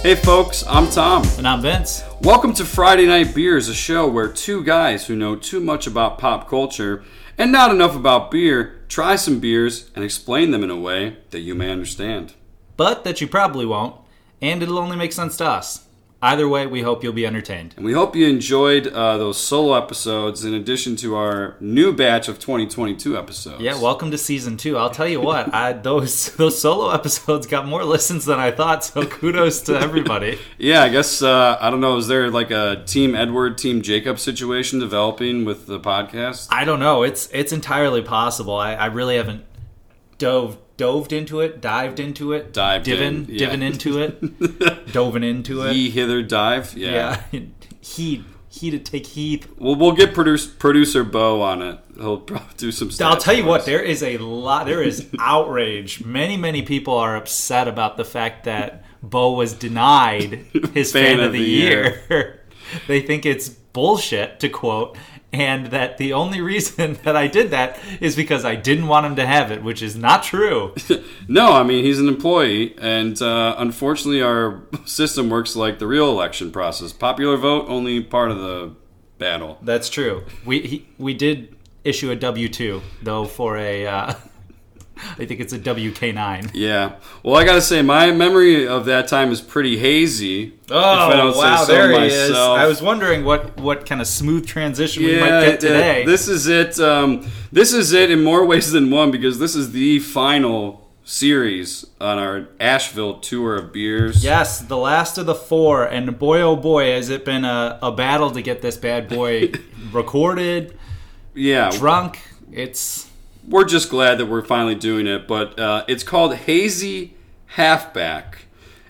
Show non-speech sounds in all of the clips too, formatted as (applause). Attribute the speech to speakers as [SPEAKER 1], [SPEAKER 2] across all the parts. [SPEAKER 1] Hey, folks, I'm Tom.
[SPEAKER 2] And I'm Vince.
[SPEAKER 1] Welcome to Friday Night Beers, a show where two guys who know too much about pop culture and not enough about beer try some beers and explain them in a way that you may understand.
[SPEAKER 2] But that you probably won't, and it'll only make sense to us. Either way, we hope you'll be entertained.
[SPEAKER 1] And we hope you enjoyed uh, those solo episodes in addition to our new batch of 2022 episodes.
[SPEAKER 2] Yeah, welcome to season two. I'll tell you what, I, those (laughs) those solo episodes got more listens than I thought, so (laughs) kudos to everybody.
[SPEAKER 1] Yeah, I guess, uh, I don't know, is there like a Team Edward, Team Jacob situation developing with the podcast?
[SPEAKER 2] I don't know. It's it's entirely possible. I, I really haven't dove doved into it, dived into it,
[SPEAKER 1] Dived in,
[SPEAKER 2] divin,
[SPEAKER 1] yeah.
[SPEAKER 2] divin into
[SPEAKER 1] (laughs)
[SPEAKER 2] it, doven into it.
[SPEAKER 1] Ye hither dive?
[SPEAKER 2] yeah, (laughs) heed heed take heed.
[SPEAKER 1] We'll, we'll get produce, producer Bo on it. He'll (laughs) probably do some stuff.
[SPEAKER 2] I'll tell you what, there is a lot, there (laughs) is outrage. Many, many people are upset about the fact that Bo was denied his fan, of, the, year. (laughs) they think it's bullshit, to quote, and that the only reason (laughs) that I did that is because I didn't want him to have it, which is not (laughs) true.
[SPEAKER 1] No, I mean, he's an employee, and uh, unfortunately, our (laughs) system works like the real election process popular vote, only part of the battle.
[SPEAKER 2] That's true. We he, we did issue a W two though for a. Uh, (laughs) I think it's a WK nine.
[SPEAKER 1] Yeah. Well, I got to say, my memory of that time is pretty hazy.
[SPEAKER 2] Oh
[SPEAKER 1] if I don't say
[SPEAKER 2] wow,
[SPEAKER 1] so
[SPEAKER 2] there he is!
[SPEAKER 1] myself.
[SPEAKER 2] I was wondering what what kind of smooth transition we
[SPEAKER 1] Yeah,
[SPEAKER 2] might
[SPEAKER 1] uh,
[SPEAKER 2] get today.
[SPEAKER 1] this is it. Um, this is it in more (laughs) ways than one because this is the final series on our Asheville tour of beers.
[SPEAKER 2] yes, the last of the four, and boy oh boy, has it been a, a battle to get this
[SPEAKER 1] (laughs)
[SPEAKER 2] bad boy recorded,
[SPEAKER 1] Yeah.
[SPEAKER 2] drunk. It's
[SPEAKER 1] we're just glad that we're finally doing it. But uh, it's called Hazy Halfback,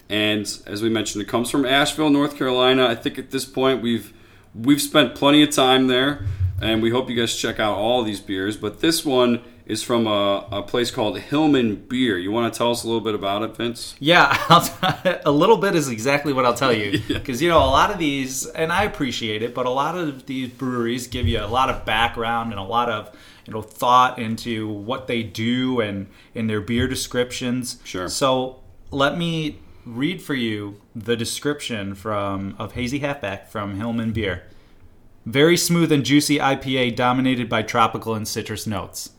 [SPEAKER 1] and as we mentioned, it comes from Asheville, North Carolina. I think at this point we've we've spent plenty of time there, and we hope you guys check out all these beers. But this one is from a, a place called Hillman Beer. You want to tell us a little bit about it, Vince?
[SPEAKER 2] Yeah, (laughs) I'll t- a little bit is exactly what I'll tell you. Because, you know, a lot of these, and I appreciate it, but a lot of these breweries give you a lot of background and a lot of, you know, thought into what they do and in their beer descriptions.
[SPEAKER 1] Sure.
[SPEAKER 2] So let me read for you the description from of Hazy Halfback from Hillman Beer. Very smooth and juicy IPA dominated by tropical and citrus notes.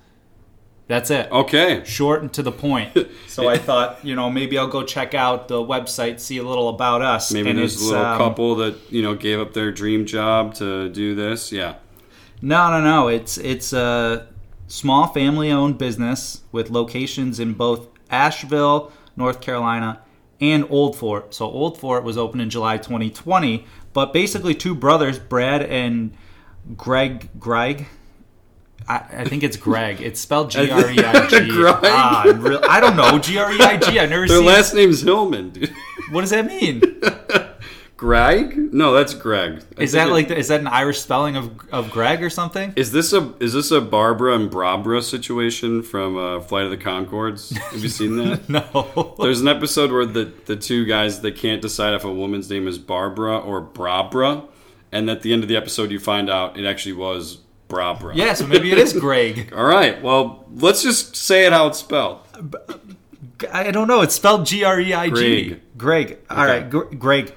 [SPEAKER 2] That's it
[SPEAKER 1] Okay.
[SPEAKER 2] short and to the point. (laughs) So I thought, you know, maybe I'll go check out the website, see a little about us.
[SPEAKER 1] Maybe
[SPEAKER 2] and
[SPEAKER 1] there's a
[SPEAKER 2] it's,
[SPEAKER 1] little
[SPEAKER 2] um,
[SPEAKER 1] couple that you know gave up their dream job to do this. Yeah.
[SPEAKER 2] No, no, no. It's it's a small family-owned business with locations in both Asheville, North Carolina, and Old Fort. So Old Fort was opened in July 2020, but basically two brothers, Brad and Greg Greg I, I think it's Greg. It's
[SPEAKER 1] (laughs)
[SPEAKER 2] spelled G R E I G.
[SPEAKER 1] Greg?
[SPEAKER 2] Ah, I'm real- I don't know G R E I G. I've never
[SPEAKER 1] Their
[SPEAKER 2] seen.
[SPEAKER 1] last name's Hillman, dude. (laughs)
[SPEAKER 2] What does that mean?
[SPEAKER 1] Greg? No, that's Greg. I think
[SPEAKER 2] Is that
[SPEAKER 1] it-
[SPEAKER 2] like is that an Irish spelling of of Greg or something?
[SPEAKER 1] Is this a is this a Barbara and Brabra situation from uh, Flight of the Concords? Have you seen
[SPEAKER 2] (laughs)
[SPEAKER 1] that?
[SPEAKER 2] (laughs) No.
[SPEAKER 1] There's an episode where the the two guys they can't decide if a woman's name is Barbara or Brabra, and at the end of the episode you find out it actually was Brabra.
[SPEAKER 2] Yeah, so maybe it is Greg.
[SPEAKER 1] All right. Well, let's just say it how it's spelled.
[SPEAKER 2] (laughs) I don't know. It's spelled G R E I G.
[SPEAKER 1] Greg.
[SPEAKER 2] Greg. All
[SPEAKER 1] Okay.
[SPEAKER 2] right, Gr- Greg.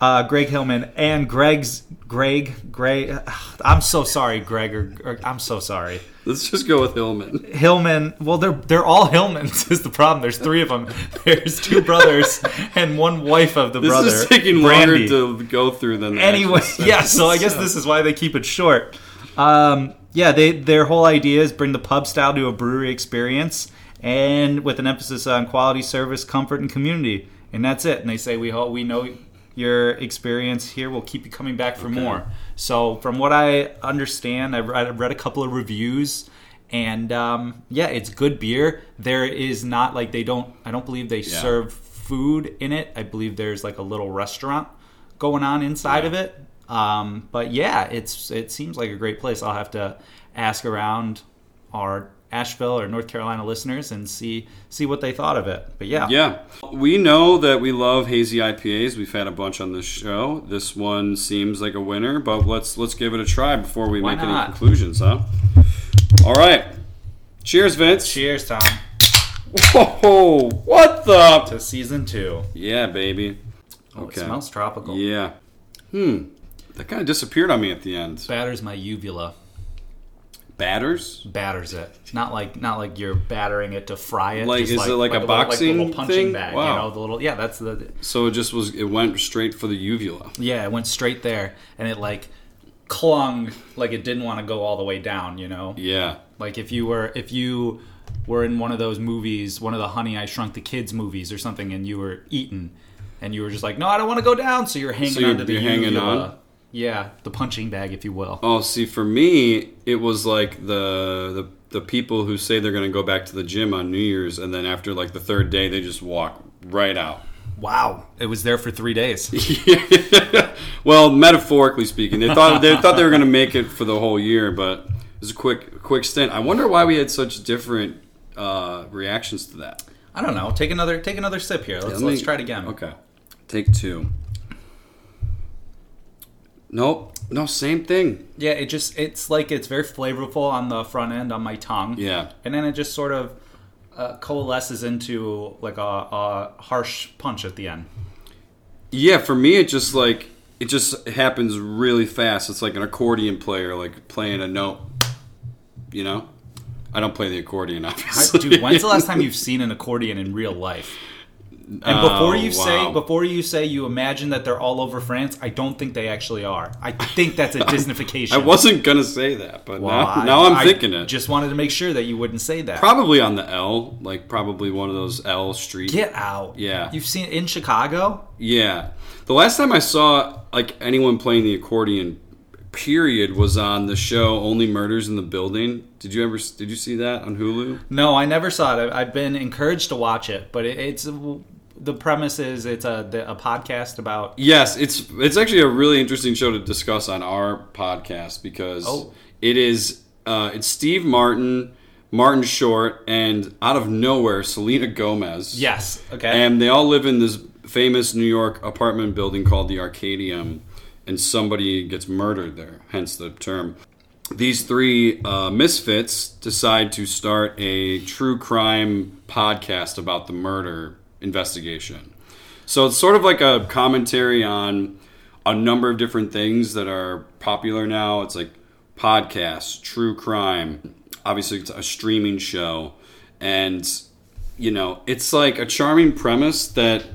[SPEAKER 2] Uh, Greg Hillman and Greg's Greg Greg. ugh, (sighs) I'm so sorry, Greg. Or, or- I'm so sorry,
[SPEAKER 1] Let's just go with Hillman.
[SPEAKER 2] Hillman. Well, they're they're all Hillmans. (laughs) Is the problem? There's three of them. There's two (laughs) brothers and one wife of the
[SPEAKER 1] This
[SPEAKER 2] brother.
[SPEAKER 1] is taking
[SPEAKER 2] Brandy.
[SPEAKER 1] longer to go through than the
[SPEAKER 2] anyway, (laughs)
[SPEAKER 1] actual
[SPEAKER 2] yeah.
[SPEAKER 1] sentence.
[SPEAKER 2] So I guess this is why they keep it short. Um, yeah, they their whole idea is bring the pub style to a brewery experience, and with an emphasis on quality, service, comfort, and community. And that's it. And they say we hope we know your experience here. We'll keep you coming back for more. So from what I understand, I've read, I've read a couple of reviews. And um, yeah, it's good beer. There is not like they don't. I don't believe they serve food in it. I believe there's like a little restaurant going on inside of it. Um, but yeah, it's it seems like a great place. I'll have to ask around our Asheville or North Carolina listeners and see see what they thought of it. But yeah,
[SPEAKER 1] Yeah. We know that we love hazy IPAs. We've had a bunch on this show. This one seems like a winner, but let's let's give it a try before we
[SPEAKER 2] Why
[SPEAKER 1] make
[SPEAKER 2] not?
[SPEAKER 1] any conclusions, huh? All right. Cheers, Vince.
[SPEAKER 2] cheers, Tom,
[SPEAKER 1] (laughs) Whoa, what the?
[SPEAKER 2] to season two.
[SPEAKER 1] Yeah, baby.
[SPEAKER 2] Oh,
[SPEAKER 1] Okay.
[SPEAKER 2] it smells tropical.
[SPEAKER 1] Yeah. Hmm. That kind of disappeared on me at the end.
[SPEAKER 2] Batters my uvula.
[SPEAKER 1] Batters?
[SPEAKER 2] Batters it. Not like not like you're battering it to fry it.
[SPEAKER 1] Like,
[SPEAKER 2] just
[SPEAKER 1] is it like a
[SPEAKER 2] the little- the
[SPEAKER 1] boxing
[SPEAKER 2] little punching
[SPEAKER 1] thing?
[SPEAKER 2] bag?
[SPEAKER 1] Wow.
[SPEAKER 2] You know the little yeah. That's the
[SPEAKER 1] So it just was. It went straight for the uvula.
[SPEAKER 2] yeah. It went straight there and it like clung like it didn't want to go all the way down. You know.
[SPEAKER 1] Yeah.
[SPEAKER 2] Like if you were if you were in one of those movies, one of the Honey I Shrunk the Kids movies or something, and you were eaten, and you were just like, no, I don't want to go down, so you're hanging
[SPEAKER 1] So you're-
[SPEAKER 2] onto the
[SPEAKER 1] you're hanging
[SPEAKER 2] uvula.
[SPEAKER 1] on?
[SPEAKER 2] Yeah, the punching bag, if you will.
[SPEAKER 1] Oh, see, for me, it was like the the, the people who say they're going to go back to the gym on New Year's, and then after like the third day, they just walk right out. (laughs)
[SPEAKER 2] Wow, it was there for three days.
[SPEAKER 1] well, metaphorically speaking, they thought they thought they were going to make it for the whole year, but it was a quick quick stint. I wonder why we had such different uh, reactions to that.
[SPEAKER 2] I don't know. Take another take another sip here. Let's,
[SPEAKER 1] Let me-
[SPEAKER 2] let's try it again.
[SPEAKER 1] Okay, take two. Nope, no, same thing.
[SPEAKER 2] Yeah, it just it's like it's very flavorful on the front end on my tongue.
[SPEAKER 1] Yeah.
[SPEAKER 2] and then it just sort of uh, coalesces into like a, a harsh punch at the end.
[SPEAKER 1] (laughs) Yeah, for me, it just like it just happens really fast. It's like an accordion player, like playing a note. You know, I don't play the accordion, (laughs) obviously.
[SPEAKER 2] Dude,
[SPEAKER 1] (laughs)
[SPEAKER 2] when's the last time you've seen an accordion in real life? And before
[SPEAKER 1] Oh,
[SPEAKER 2] you
[SPEAKER 1] wow.
[SPEAKER 2] say before you say you imagine that they're all over France, I don't think they actually are. I think that's a
[SPEAKER 1] (laughs)
[SPEAKER 2] Disneyfication.
[SPEAKER 1] I wasn't gonna say that, but
[SPEAKER 2] Well,
[SPEAKER 1] now,
[SPEAKER 2] I-
[SPEAKER 1] now I'm
[SPEAKER 2] I
[SPEAKER 1] thinking it.
[SPEAKER 2] Just wanted to make sure that you wouldn't say that.
[SPEAKER 1] probably on the L, like probably one of those L street.
[SPEAKER 2] Get out.
[SPEAKER 1] Yeah.
[SPEAKER 2] You've seen in Chicago?
[SPEAKER 1] Yeah. The last time I saw like anyone playing the accordion period was on the show Only Murders in the Building. Did you ever did you see that on Hulu?
[SPEAKER 2] No, I never saw it. I- I've been encouraged to watch it, but it, it's the premise is it's a the, a podcast about
[SPEAKER 1] Yes, it's it's actually a really interesting show to discuss on our podcast because
[SPEAKER 2] Oh.
[SPEAKER 1] it is uh, it's Steve Martin, Martin Short, and out of nowhere Selena Gomez.
[SPEAKER 2] yes, okay.
[SPEAKER 1] and they all live in this famous New York apartment building called the Arcadium, and somebody gets murdered there, hence the term. These three uh, misfits decide to start a true crime podcast about the murder investigation. So it's sort of like a commentary on a number of different things that are popular now. It's like podcasts, true crime, obviously it's a streaming show, and you know, it's like a charming premise that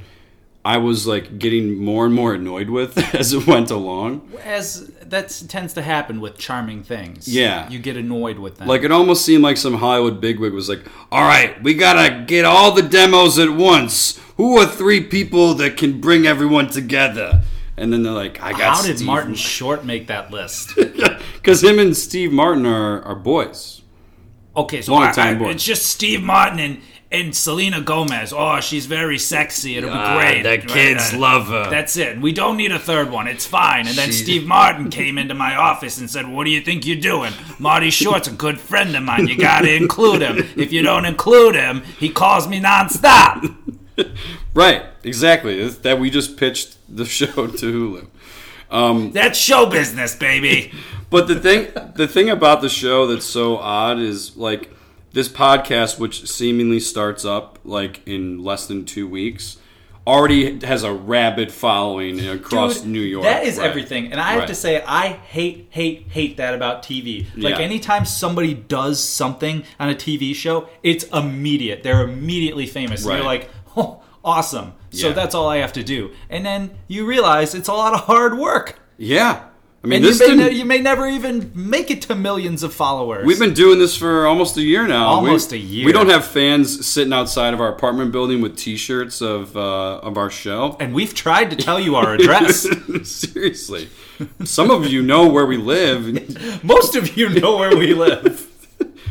[SPEAKER 1] I was like getting more and more annoyed with (laughs) as it went along.
[SPEAKER 2] As that tends to happen with charming things.
[SPEAKER 1] Yeah.
[SPEAKER 2] You get annoyed with them.
[SPEAKER 1] Like it almost seemed like some Hollywood bigwig was like, "All right, we gotta get all the demos at once. Who are three people that can bring everyone together?" And then they're like, "I got
[SPEAKER 2] How did
[SPEAKER 1] Steve (laughs)
[SPEAKER 2] Martin Short make that list?
[SPEAKER 1] Because him and Steve Martin are, are boys.
[SPEAKER 2] Okay, so
[SPEAKER 1] Long
[SPEAKER 2] I-
[SPEAKER 1] time
[SPEAKER 2] I-
[SPEAKER 1] boy.
[SPEAKER 2] it's just Steve Martin and, and Selena Gomez. Oh, she's very sexy. It'll be great. Right, uh,
[SPEAKER 1] love her.
[SPEAKER 2] That's it. We don't need a third one. It's fine. And then
[SPEAKER 1] She-
[SPEAKER 2] Steve Martin came into my office and said, What do you think you're doing? Marty Short's a good friend of mine. You got to include him. If you don't include him, he calls me nonstop.
[SPEAKER 1] right, exactly. It's That we just pitched the (laughs) show to Hulu.
[SPEAKER 2] That's show business, baby.
[SPEAKER 1] But the thing, the thing about the show that's so odd is like this podcast, which seemingly starts up like in less than two weeks, already has a rabid following across
[SPEAKER 2] Dude,
[SPEAKER 1] New York.
[SPEAKER 2] That is
[SPEAKER 1] Right.
[SPEAKER 2] everything. And I have
[SPEAKER 1] Right.
[SPEAKER 2] to say, I hate, hate, hate that about TV. Like,
[SPEAKER 1] Yeah.
[SPEAKER 2] anytime somebody does something on a TV show, it's immediate. They're immediately famous. And
[SPEAKER 1] Right.
[SPEAKER 2] you're like, (laughs) oh, awesome. So
[SPEAKER 1] Yeah.
[SPEAKER 2] that's all I have to do. And then you realize it's a lot of hard work.
[SPEAKER 1] Yeah, I mean,
[SPEAKER 2] And
[SPEAKER 1] this
[SPEAKER 2] you, may
[SPEAKER 1] didn't,
[SPEAKER 2] ne- you may never even make it to millions of followers.
[SPEAKER 1] We've been doing this for almost a year now.
[SPEAKER 2] Almost
[SPEAKER 1] We-
[SPEAKER 2] a year.
[SPEAKER 1] We don't have fans sitting outside of our apartment building with T-shirts of uh, of our
[SPEAKER 2] (laughs)
[SPEAKER 1] show.
[SPEAKER 2] and we've tried to tell you our
[SPEAKER 1] (laughs)
[SPEAKER 2] address.
[SPEAKER 1] Seriously, some of you know where we
[SPEAKER 2] (laughs)
[SPEAKER 1] live.
[SPEAKER 2] Most of you know where we live,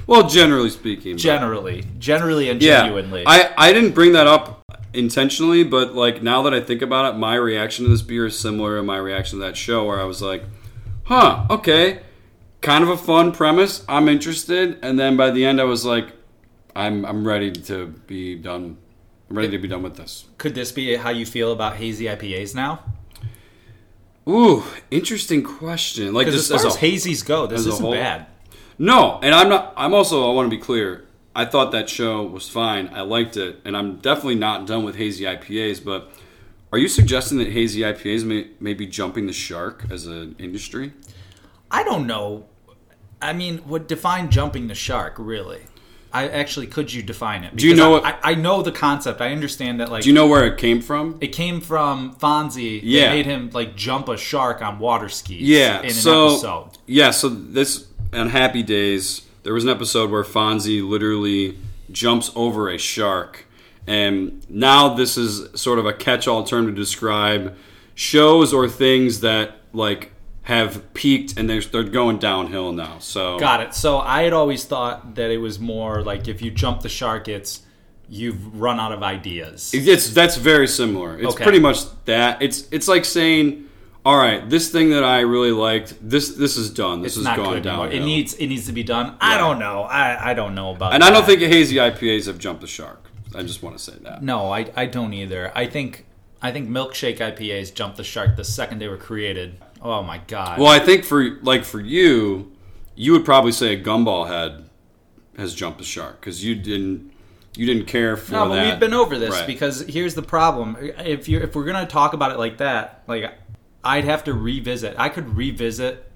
[SPEAKER 1] Well, generally speaking, but-
[SPEAKER 2] generally. Generally and genuinely.
[SPEAKER 1] I, I didn't bring that up intentionally, but like now that I think about it, my reaction to this beer is similar to my reaction to that show where I was like, huh, okay. Kind of a fun premise. I'm interested. And then by the end I was like, I'm I'm ready to be done. I'm ready to be done with this.
[SPEAKER 2] Could this be how you feel about hazy IPAs now?
[SPEAKER 1] Ooh, interesting question. Like
[SPEAKER 2] Because
[SPEAKER 1] this
[SPEAKER 2] as far
[SPEAKER 1] as
[SPEAKER 2] as
[SPEAKER 1] a-
[SPEAKER 2] hazies go, this
[SPEAKER 1] a
[SPEAKER 2] isn't
[SPEAKER 1] whole-
[SPEAKER 2] bad.
[SPEAKER 1] No, and I'm not. I'm also. I want to be clear. I thought that show was fine. I liked it, and I'm definitely not done with hazy IPAs. But Are you suggesting that hazy IPAs may, may be jumping the shark as an industry?
[SPEAKER 2] I don't know. I mean, would define jumping the shark really? I actually, could you define it?
[SPEAKER 1] Do you
[SPEAKER 2] Because
[SPEAKER 1] know
[SPEAKER 2] I,
[SPEAKER 1] what-
[SPEAKER 2] I, I know the concept. I understand that. Like,
[SPEAKER 1] Do you know where it came from?
[SPEAKER 2] it came from Fonzie. that
[SPEAKER 1] Yeah.
[SPEAKER 2] made him like jump a shark on water skis.
[SPEAKER 1] Yeah.
[SPEAKER 2] in an
[SPEAKER 1] so
[SPEAKER 2] episode.
[SPEAKER 1] yeah, so this on Happy Days, there was an episode where Fonzie literally jumps over a shark, and now this is sort of a catch-all term to describe shows or things that like have peaked and they're they're going downhill now. So
[SPEAKER 2] Got it. So I had always thought that it was more like if you jump the shark, it's you've run out of ideas.
[SPEAKER 1] It's that's very similar. It's
[SPEAKER 2] Okay.
[SPEAKER 1] pretty much that. It's it's like saying, all right, this thing that I really liked, this this is done. This is
[SPEAKER 2] not
[SPEAKER 1] going
[SPEAKER 2] good anymore.
[SPEAKER 1] down.
[SPEAKER 2] It needs it needs to be done. I don't know. I, I don't know about.
[SPEAKER 1] and I don't
[SPEAKER 2] that.
[SPEAKER 1] think hazy IPAs have jumped the shark. I just want to say that.
[SPEAKER 2] No, I I don't either. I think I think milkshake IPAs jumped the shark the second they were created. Oh my god.
[SPEAKER 1] Well, I think for like for you, you would probably say a gumball head has jumped the shark because you didn't you didn't care for
[SPEAKER 2] no, but
[SPEAKER 1] that.
[SPEAKER 2] we've been over this
[SPEAKER 1] Right.
[SPEAKER 2] because here's the problem. If you are if we're gonna talk about it like that, like I'd have to revisit. I could revisit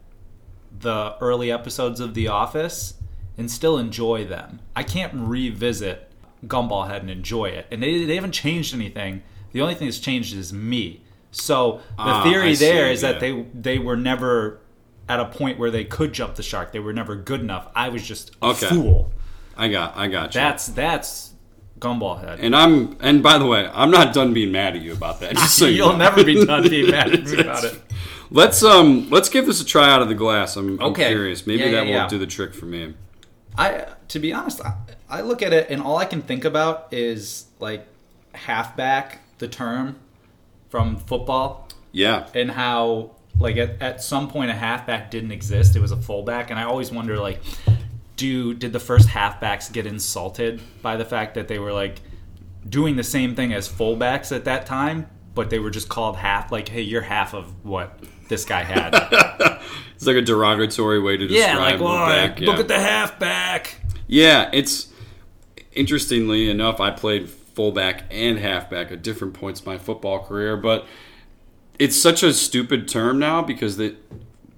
[SPEAKER 2] the early episodes of The Office and still enjoy them. I can't revisit Gumball Head and enjoy it. And they, they haven't changed anything. The only thing that's changed is me. So the
[SPEAKER 1] Ah,
[SPEAKER 2] theory
[SPEAKER 1] I see,
[SPEAKER 2] there is that
[SPEAKER 1] yeah.
[SPEAKER 2] they they were never at a point where they could jump the shark. They were never good enough. I was just a
[SPEAKER 1] Okay.
[SPEAKER 2] fool.
[SPEAKER 1] I got I got you.
[SPEAKER 2] That's that's Gumball Head.
[SPEAKER 1] and I'm and by the way, I'm not done being mad at you about that.
[SPEAKER 2] (laughs)
[SPEAKER 1] Just so you
[SPEAKER 2] You'll
[SPEAKER 1] know.
[SPEAKER 2] never be done being mad at me about it.
[SPEAKER 1] Let's um let's give this a try out of the glass. I'm, I'm
[SPEAKER 2] Okay.
[SPEAKER 1] curious. Maybe
[SPEAKER 2] Yeah,
[SPEAKER 1] that
[SPEAKER 2] yeah,
[SPEAKER 1] will
[SPEAKER 2] yeah.
[SPEAKER 1] do the trick for me.
[SPEAKER 2] I, to be honest, I, I look at it and all I can think about is like halfback, the term from football,
[SPEAKER 1] Yeah.
[SPEAKER 2] and how like at, at some point a halfback didn't exist. It was a fullback, and I always wonder like, do did the first halfbacks get insulted by the fact that they were like doing the same thing as fullbacks at that time, but they were just called half? Like, hey, you're half of what this guy had.
[SPEAKER 1] It's like a derogatory way to describe
[SPEAKER 2] Yeah, like,
[SPEAKER 1] the
[SPEAKER 2] well,
[SPEAKER 1] back. Yeah.
[SPEAKER 2] look at the halfback.
[SPEAKER 1] yeah, it's interestingly enough, I played fullback and halfback at different points in my football career, but it's such a stupid term now because that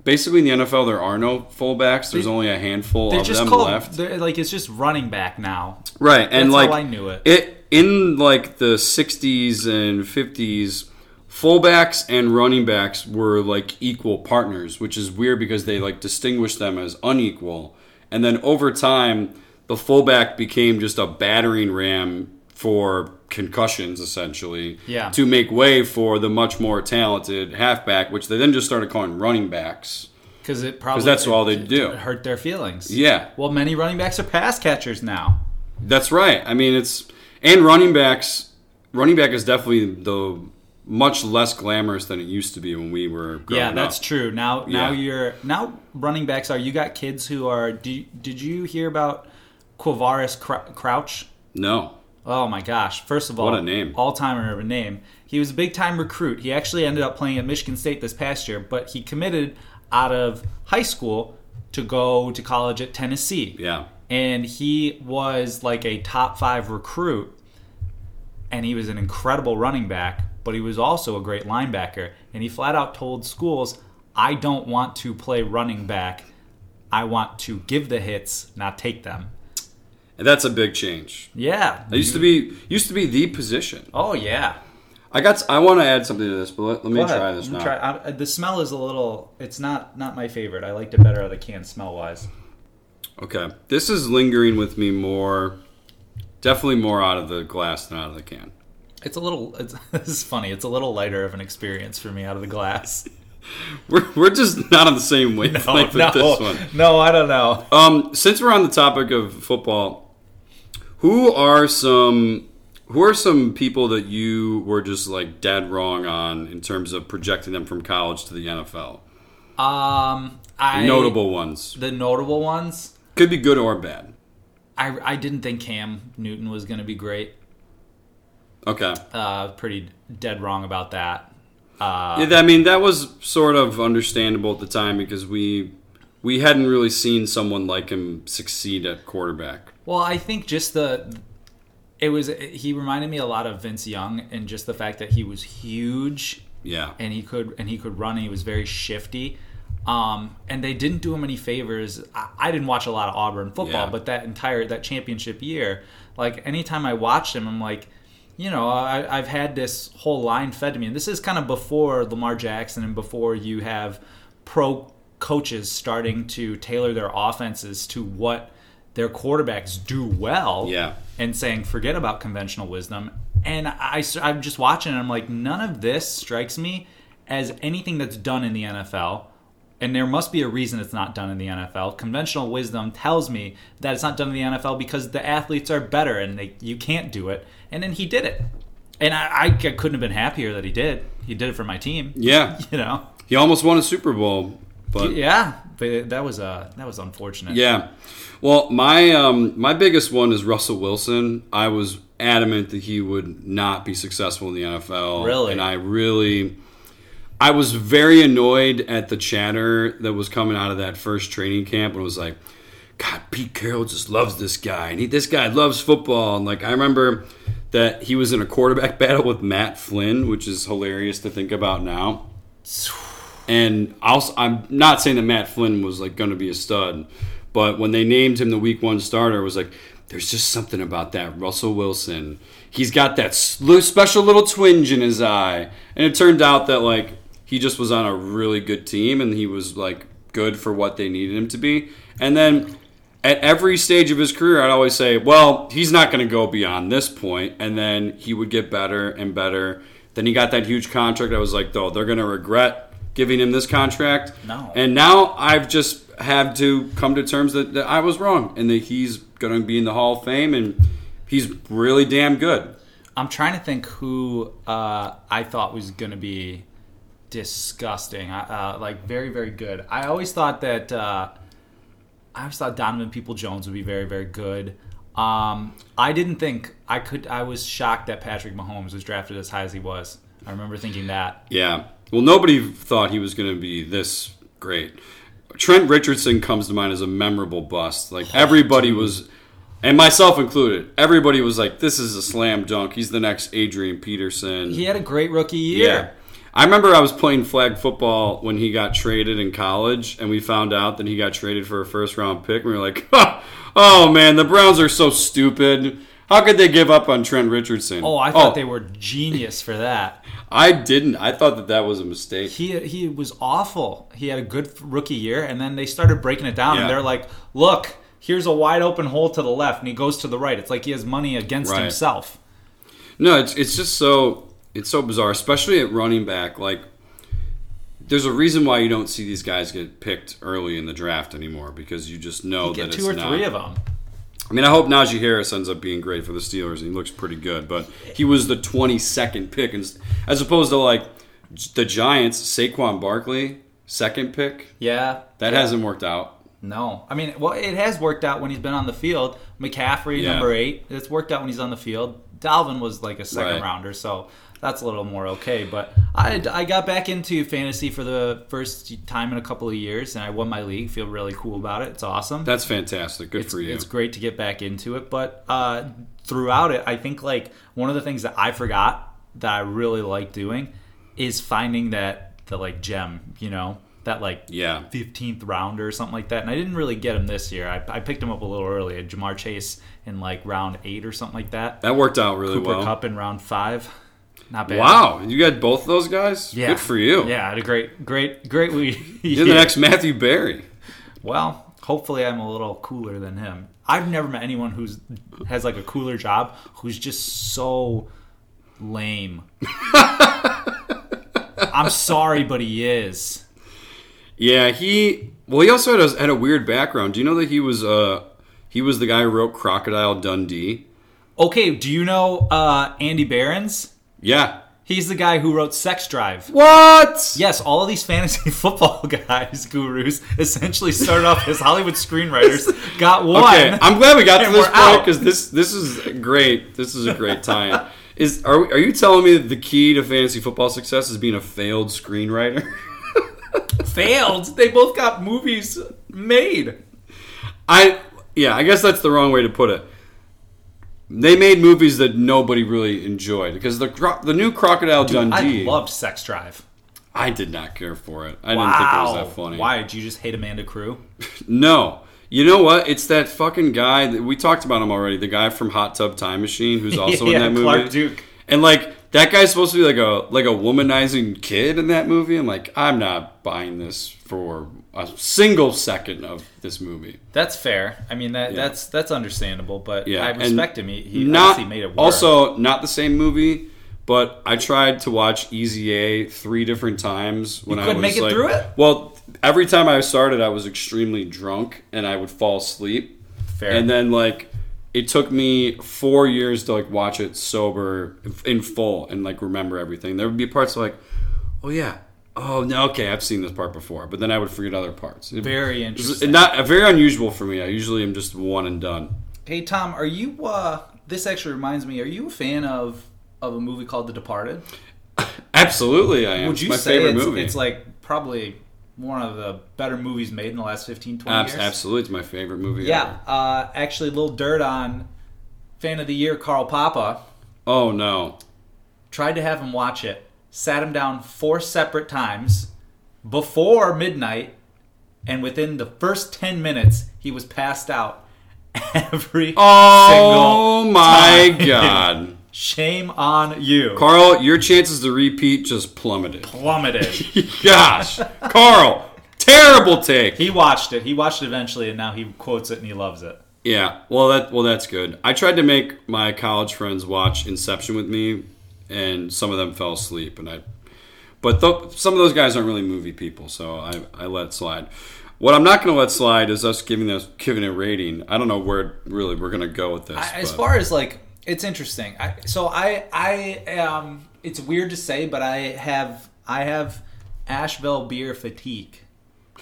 [SPEAKER 1] basically in the NFL there are no fullbacks. There's only a handful
[SPEAKER 2] They're
[SPEAKER 1] of
[SPEAKER 2] just
[SPEAKER 1] them
[SPEAKER 2] called,
[SPEAKER 1] left.
[SPEAKER 2] they're, like, it's just running back now.
[SPEAKER 1] Right, and
[SPEAKER 2] That's
[SPEAKER 1] like
[SPEAKER 2] how I knew it.
[SPEAKER 1] in like the '60s and '50s, fullbacks and running backs were like equal partners, which is weird because they like distinguished them as unequal. And then over time, the fullback became just a battering ram for concussions, essentially.
[SPEAKER 2] Yeah.
[SPEAKER 1] To make way for the much more talented halfback, which they then just started calling running backs.
[SPEAKER 2] Because it probably
[SPEAKER 1] 'Cause that's all they
[SPEAKER 2] it-
[SPEAKER 1] do.
[SPEAKER 2] it hurt their feelings.
[SPEAKER 1] Yeah.
[SPEAKER 2] Well, many running backs are pass catchers now.
[SPEAKER 1] That's right. I mean, it's and running backs. Running back is definitely the much less glamorous than it used to be when we were. Growing
[SPEAKER 2] yeah, that's
[SPEAKER 1] up.
[SPEAKER 2] true. Now, now
[SPEAKER 1] Yeah.
[SPEAKER 2] you're now running backs are. You got kids who are. Do, did you hear about Quavaris Cr- Crouch?
[SPEAKER 1] No,
[SPEAKER 2] Oh my gosh! First of all,
[SPEAKER 1] What a name.
[SPEAKER 2] all timer of a name. He was a big time recruit. He actually ended up playing at Michigan State this past year, but he committed out of high school to go to college at Tennessee.
[SPEAKER 1] yeah,
[SPEAKER 2] and he was like a top five recruit, and he was an incredible running back, but he was also a great linebacker. And he flat out told schools, "I don't want to play running back. I want to give the hits, not take them."
[SPEAKER 1] and that's a big change.
[SPEAKER 2] Yeah.
[SPEAKER 1] It used to be used to be the position.
[SPEAKER 2] Oh yeah.
[SPEAKER 1] I got. I want to add something to this, but let, let me
[SPEAKER 2] Go ahead.
[SPEAKER 1] try this
[SPEAKER 2] Let me
[SPEAKER 1] now.
[SPEAKER 2] try- I- I- the smell is a little. It's not not my favorite. I liked it better out of the can smell wise.
[SPEAKER 1] Okay, this is lingering with me more. Definitely more out of the glass than out of the can.
[SPEAKER 2] It's a little. (laughs) It's, this is funny. It's a little lighter of an experience for me out of the
[SPEAKER 1] (laughs)
[SPEAKER 2] glass.
[SPEAKER 1] We're, we're just not on the same
[SPEAKER 2] (laughs)
[SPEAKER 1] wavelength with this one.
[SPEAKER 2] no, I don't know.
[SPEAKER 1] Um, since we're on the topic of football, who are some who are some people that you were just like dead wrong on in terms of projecting them from college to the NFL?
[SPEAKER 2] Um, I
[SPEAKER 1] Notable ones
[SPEAKER 2] the notable ones.
[SPEAKER 1] could be good or bad.
[SPEAKER 2] I I didn't think Cam Newton was going to be great.
[SPEAKER 1] Okay,
[SPEAKER 2] Uh, pretty dead wrong about that. Uh,
[SPEAKER 1] Yeah, I mean that was sort of understandable at the time because we we hadn't really seen someone like him succeed at quarterback.
[SPEAKER 2] well, I think just the it was he reminded me a lot of Vince Young and just the fact that he was huge
[SPEAKER 1] Yeah.
[SPEAKER 2] and he could and he could run and he was very shifty. Um, and they didn't do him any favors. I, I didn't watch a lot of Auburn football,
[SPEAKER 1] Yeah.
[SPEAKER 2] but that entire that championship year, like anytime I watched him, I'm like, you know, I, I've had this whole line fed to me, and this is kind of before Lamar Jackson and before you have pro coaches starting to tailor their offenses to what their quarterbacks do well
[SPEAKER 1] Yeah.
[SPEAKER 2] and saying forget about conventional wisdom and I, am just watching and i'm like none of this strikes me as anything that's done in the nfl and there must be a reason it's not done in the nfl conventional wisdom tells me that it's not done in the nfl because the athletes are better and they, you can't do it and then he did it and I, I couldn't have been happier that he did he did it for my team
[SPEAKER 1] Yeah.
[SPEAKER 2] you know
[SPEAKER 1] He almost won a Super Bowl, but
[SPEAKER 2] yeah but that was uh that was unfortunate
[SPEAKER 1] Yeah. Well, my um, my biggest one is Russell Wilson. I was adamant that he would not be successful in the NFL.
[SPEAKER 2] Really?
[SPEAKER 1] And I really I was very annoyed at the chatter that was coming out of that first training camp and it was like, God, Pete Carroll just loves this guy and he this guy loves football. And like I remember that he was in a quarterback (laughs) battle with Matt Flynn, which is hilarious to think about now. And also, I'm not saying that Matt Flynn was like going to be a stud, but when they named him the Week One starter, it was like there's just something about that Russell Wilson. He's got that sl- special little twinge in his eye, and it turned out that like he just was on a really good team, and he was like good for what they needed him to be. And then at every stage of his career, I'd always say, well, he's not going to go beyond this point. And then he would get better and better. Then he got that huge contract. I was like, though, they're going to regret giving him this contract.
[SPEAKER 2] No.
[SPEAKER 1] And now I've just had to come to terms that, that I was wrong and that he's going to be in the Hall of Fame and he's really damn good.
[SPEAKER 2] I'm trying to think who uh, I thought was going to be disgusting, I- uh, like very, very good. I always thought that uh, I always thought Donovan People Jones would be very, very good. Um, I didn't think I could. I was shocked that Patrick Mahomes was drafted as high as he was. I remember thinking that.
[SPEAKER 1] Yeah. Well, nobody thought he was going to be this great. Trent Richardson comes to mind as a memorable bust. Like everybody was, and myself included, everybody was like, "This is a slam dunk. He's the next Adrian Peterson."
[SPEAKER 2] He had a great rookie year.
[SPEAKER 1] I remember I was playing flag football when he got traded in college, and we found out that he got traded for a first round pick. And we were like, (laughs) "Oh man, the Browns are so stupid. How could they give up on Trent Richardson?"
[SPEAKER 2] Oh, I thought they were genius for that.
[SPEAKER 1] I didn't. I thought that that was a mistake.
[SPEAKER 2] he he was awful. He had a good rookie year, and then they started breaking it down,
[SPEAKER 1] Yeah.
[SPEAKER 2] and they're like, "Look, here's a wide open hole to the left, and he goes to the right." It's like he has money against
[SPEAKER 1] Right.
[SPEAKER 2] himself.
[SPEAKER 1] No, it's it's just so it's so bizarre, especially at running back. Like, there's a reason why you don't see these guys get picked early in the draft anymore because you just know that
[SPEAKER 2] Get
[SPEAKER 1] it's
[SPEAKER 2] two or
[SPEAKER 1] not.
[SPEAKER 2] three of them.
[SPEAKER 1] I mean, I hope Najee Harris ends up being great for the Steelers, and he looks pretty good. But he was the 22nd pick, and as opposed to like the Giants, Saquon Barkley, second pick,
[SPEAKER 2] Yeah.
[SPEAKER 1] that hasn't worked out.
[SPEAKER 2] No, I mean, well, it has worked out when he's been on the field. McCaffrey,
[SPEAKER 1] Yeah.
[SPEAKER 2] number eight, it's worked out when he's on the field. Dalvin was like a second
[SPEAKER 1] Right.
[SPEAKER 2] rounder, so that's a little more okay. But I, I got back into fantasy for the first time in a couple of years, and I won my league. Feel really cool about it. It's awesome.
[SPEAKER 1] That's fantastic. Good for you.
[SPEAKER 2] it's great to get back into it but uh, throughout it i think like one of the things that i forgot that i really like doing is finding that the like gem you know that like
[SPEAKER 1] yeah,
[SPEAKER 2] 15th rounder or something like that and i didn't really get him this year i, I picked him up a little early jamar chase in like round eight or something like that
[SPEAKER 1] that worked out really
[SPEAKER 2] cooper
[SPEAKER 1] well.
[SPEAKER 2] cup in round five not bad
[SPEAKER 1] Wow, you got both those guys.
[SPEAKER 2] yeah
[SPEAKER 1] Good for you.
[SPEAKER 2] yeah i had a great great great (laughs) week
[SPEAKER 1] You're the next Matthew Barry.
[SPEAKER 2] Well, hopefully I'm a little cooler than him. I've never met anyone who's has like a cooler job who's just so
[SPEAKER 1] (laughs)
[SPEAKER 2] lame. I'm sorry, but he is.
[SPEAKER 1] Yeah, he. Well, he also had a, had a weird background. Do you know that he was uh he was the guy who wrote Crocodile Dundee?
[SPEAKER 2] Okay, do you know uh, Andy Barons?
[SPEAKER 1] Yeah.
[SPEAKER 2] He's the guy who wrote Sex Drive.
[SPEAKER 1] What?
[SPEAKER 2] Yes, all of these fantasy (laughs) football guys, gurus, essentially started off as Hollywood screenwriters. Got one.
[SPEAKER 1] Okay, I'm glad we got to
[SPEAKER 2] And
[SPEAKER 1] this
[SPEAKER 2] we're
[SPEAKER 1] point
[SPEAKER 2] out.
[SPEAKER 1] because this this is great. This is a great tie. Is are are you telling me that the key to fantasy football success is being a failed screenwriter? (laughs)
[SPEAKER 2] failed. They both got movies made.
[SPEAKER 1] I yeah, I guess that's the wrong way to put it. They made movies that nobody really enjoyed because the Cro- the new Crocodile Dundee.
[SPEAKER 2] I loved Sex Drive.
[SPEAKER 1] I did not care for it. I
[SPEAKER 2] wow.
[SPEAKER 1] didn't think it was that funny.
[SPEAKER 2] Why? Did you just hate Amanda Crew?
[SPEAKER 1] No. You know what? It's that fucking guy that we talked about him already. The guy from Hot Tub Time Machine
[SPEAKER 2] (laughs)
[SPEAKER 1] who's also in that movie.
[SPEAKER 2] Clark Duke.
[SPEAKER 1] And like that guy's supposed to be like a like a womanizing kid in that movie. I'm like, I'm not buying this for a single second of this movie.
[SPEAKER 2] That's fair. I mean that that's that's understandable, but
[SPEAKER 1] Yeah,
[SPEAKER 2] I
[SPEAKER 1] and
[SPEAKER 2] respect him. He, he
[SPEAKER 1] not
[SPEAKER 2] obviously made it work.
[SPEAKER 1] also not the same movie. But I tried to watch Easy A three different times when I
[SPEAKER 2] couldn't
[SPEAKER 1] was
[SPEAKER 2] make it
[SPEAKER 1] like,
[SPEAKER 2] through it?
[SPEAKER 1] Well, every time I started, I was extremely drunk and I would fall asleep.
[SPEAKER 2] fair.
[SPEAKER 1] And then like it took me four years to like watch it sober in full and like remember everything. There would be parts like, oh yeah, oh no, okay, I've seen this part before, but then I would forget other parts. It-
[SPEAKER 2] Very
[SPEAKER 1] it was
[SPEAKER 2] interesting.
[SPEAKER 1] not uh, very unusual for me. I usually am just one and done.
[SPEAKER 2] hey Tom, are you uh this actually reminds me, are you a fan of of a movie called The Departed?
[SPEAKER 1] Absolutely, I am.
[SPEAKER 2] Would you
[SPEAKER 1] it's my
[SPEAKER 2] say
[SPEAKER 1] favorite
[SPEAKER 2] it's,
[SPEAKER 1] movie.
[SPEAKER 2] it's like probably one of the better movies made in the last 15 20
[SPEAKER 1] Abs-
[SPEAKER 2] years?
[SPEAKER 1] absolutely, it's my favorite movie.
[SPEAKER 2] Yeah,
[SPEAKER 1] ever.
[SPEAKER 2] uh, actually, little dirt on fan of the year Carl Papa
[SPEAKER 1] Oh no.
[SPEAKER 2] tried to have him watch it, sat him down four separate times before midnight, and within the first ten minutes, he was passed out (laughs) every
[SPEAKER 1] Oh
[SPEAKER 2] single
[SPEAKER 1] my
[SPEAKER 2] time. (laughs)
[SPEAKER 1] god.
[SPEAKER 2] Shame on you,
[SPEAKER 1] Carl, your chances to repeat just plummeted. (laughs)
[SPEAKER 2] plummeted.
[SPEAKER 1] Gosh. Carl, terrible take.
[SPEAKER 2] he watched it. He watched it eventually, and now he quotes it and he loves it.
[SPEAKER 1] Yeah, well that well that's good. I tried to make my college friends watch Inception with me, and some of them fell asleep, and I. But th- some of those guys aren't really movie people, so I, I let slide. What I'm not going to let slide is us giving this giving a rating. I don't know where really we're going to go with this.
[SPEAKER 2] I- as
[SPEAKER 1] but-
[SPEAKER 2] far as like it's interesting I, so i i um it's weird to say but i have i have asheville beer fatigue
[SPEAKER 1] (laughs)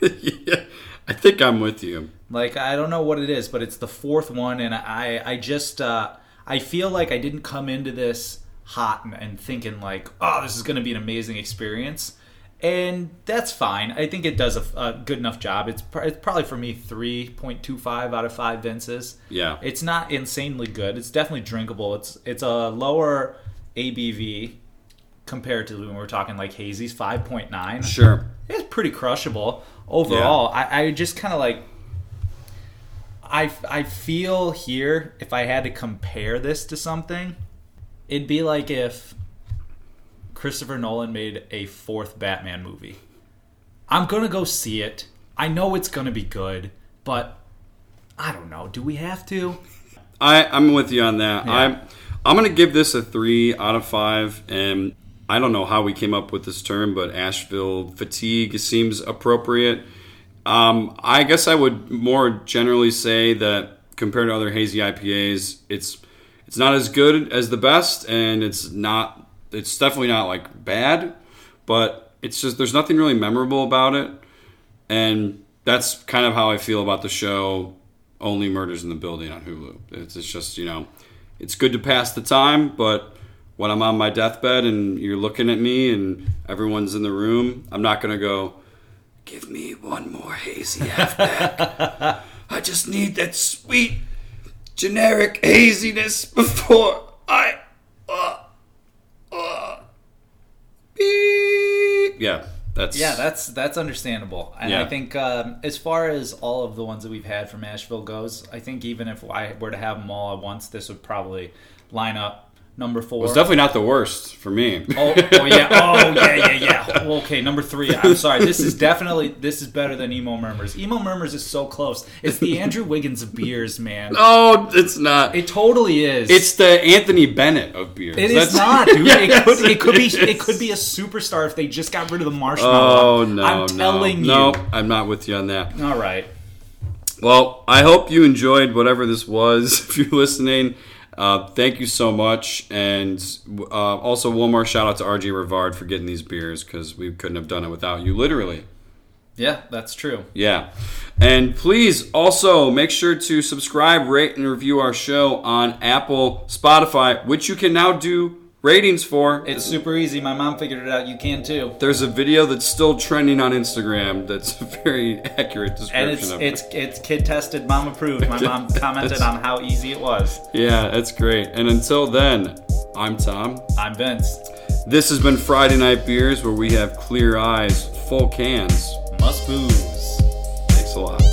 [SPEAKER 1] yeah, I think I'm with you.
[SPEAKER 2] like i don't know what it is but it's the fourth one and i i just uh i feel like i didn't come into this hot and, and thinking like oh this is gonna be an amazing experience and that's fine i think it does a, a good enough job it's, pr- it's probably for me 3.25 out of 5 vinces
[SPEAKER 1] Yeah.
[SPEAKER 2] it's not insanely good. It's definitely drinkable. It's it's a lower ABV compared to when we're talking like hazy's 5.9.
[SPEAKER 1] Sure.
[SPEAKER 2] It's pretty crushable overall. I, I just kind of like I I feel here if I had to compare this to something, it'd be like if Christopher Nolan made a fourth Batman movie. I'm gonna go see it. I know it's gonna be good, but I don't know. Do we have to?
[SPEAKER 1] I, I'm with you on that. I'm I'm gonna give this a three out of five, and I don't know how we came up with this term, but Asheville fatigue seems appropriate. Um, I guess I would more generally say that compared to other hazy IPAs, it's it's not as good as the best, and it's not it's definitely not like bad, but it's just there's nothing really memorable about it, and that's kind of how I feel about the show. Only murders in the building on Hulu. It's, it's just you know, it's good to pass the time, but when I'm on my deathbed and you're looking at me and everyone's in the room, I'm not gonna go. Give me one more hazy halfback. I just need that sweet, generic haziness before I. Uh, uh, beep. Yeah, that's
[SPEAKER 2] Yeah, that's that's understandable, and I
[SPEAKER 1] Yeah.
[SPEAKER 2] think um, as far as all of the ones that we've had from Asheville goes, I think even if I were to have them all at once, this would probably line up number four.
[SPEAKER 1] It's definitely not the worst for me.
[SPEAKER 2] oh, oh yeah, oh yeah, yeah, yeah. Well, Okay, number three.
[SPEAKER 1] (laughs)
[SPEAKER 2] I'm sorry. This is definitely this is better than Emo Murmurs. Emo Murmurs is so close. It's the Andrew Wiggins of beers, man.
[SPEAKER 1] (laughs) (laughs) Oh, it's not.
[SPEAKER 2] It totally is.
[SPEAKER 1] It's the Anthony Bennett of beers.
[SPEAKER 2] It is
[SPEAKER 1] That's- (laughs)
[SPEAKER 2] not, dude.
[SPEAKER 1] Yes,
[SPEAKER 2] it could, it could be
[SPEAKER 1] is.
[SPEAKER 2] it could be a superstar if they just got rid of the marshmallow.
[SPEAKER 1] Oh no!
[SPEAKER 2] I'm telling
[SPEAKER 1] no,
[SPEAKER 2] you.
[SPEAKER 1] No, I'm not with you on that.
[SPEAKER 2] All right.
[SPEAKER 1] Well, I hope you enjoyed whatever this was. (laughs) If you're listening, uh, thank you so much. And uh, also, one more shout out to RG Rivard for getting these beers because we couldn't have done it without you, literally.
[SPEAKER 2] Yeah, that's true.
[SPEAKER 1] Yeah. And please also make sure to subscribe, rate, and review our show on Apple, Spotify, which you can now do ratings for.
[SPEAKER 2] It's super easy. My mom figured it out. You can too.
[SPEAKER 1] There's a video that's still trending on Instagram that's a very accurate description
[SPEAKER 2] And it's
[SPEAKER 1] of
[SPEAKER 2] it's
[SPEAKER 1] it.
[SPEAKER 2] it's kid tested, mom approved. My
[SPEAKER 1] (laughs)
[SPEAKER 2] mom commented on how easy it was.
[SPEAKER 1] Yeah, that's great. And until then, I'm Tom.
[SPEAKER 2] I'm Vince.
[SPEAKER 1] This has been Friday Night Beers where we have clear eyes, full cans.
[SPEAKER 2] Must booze.
[SPEAKER 1] Thanks a lot.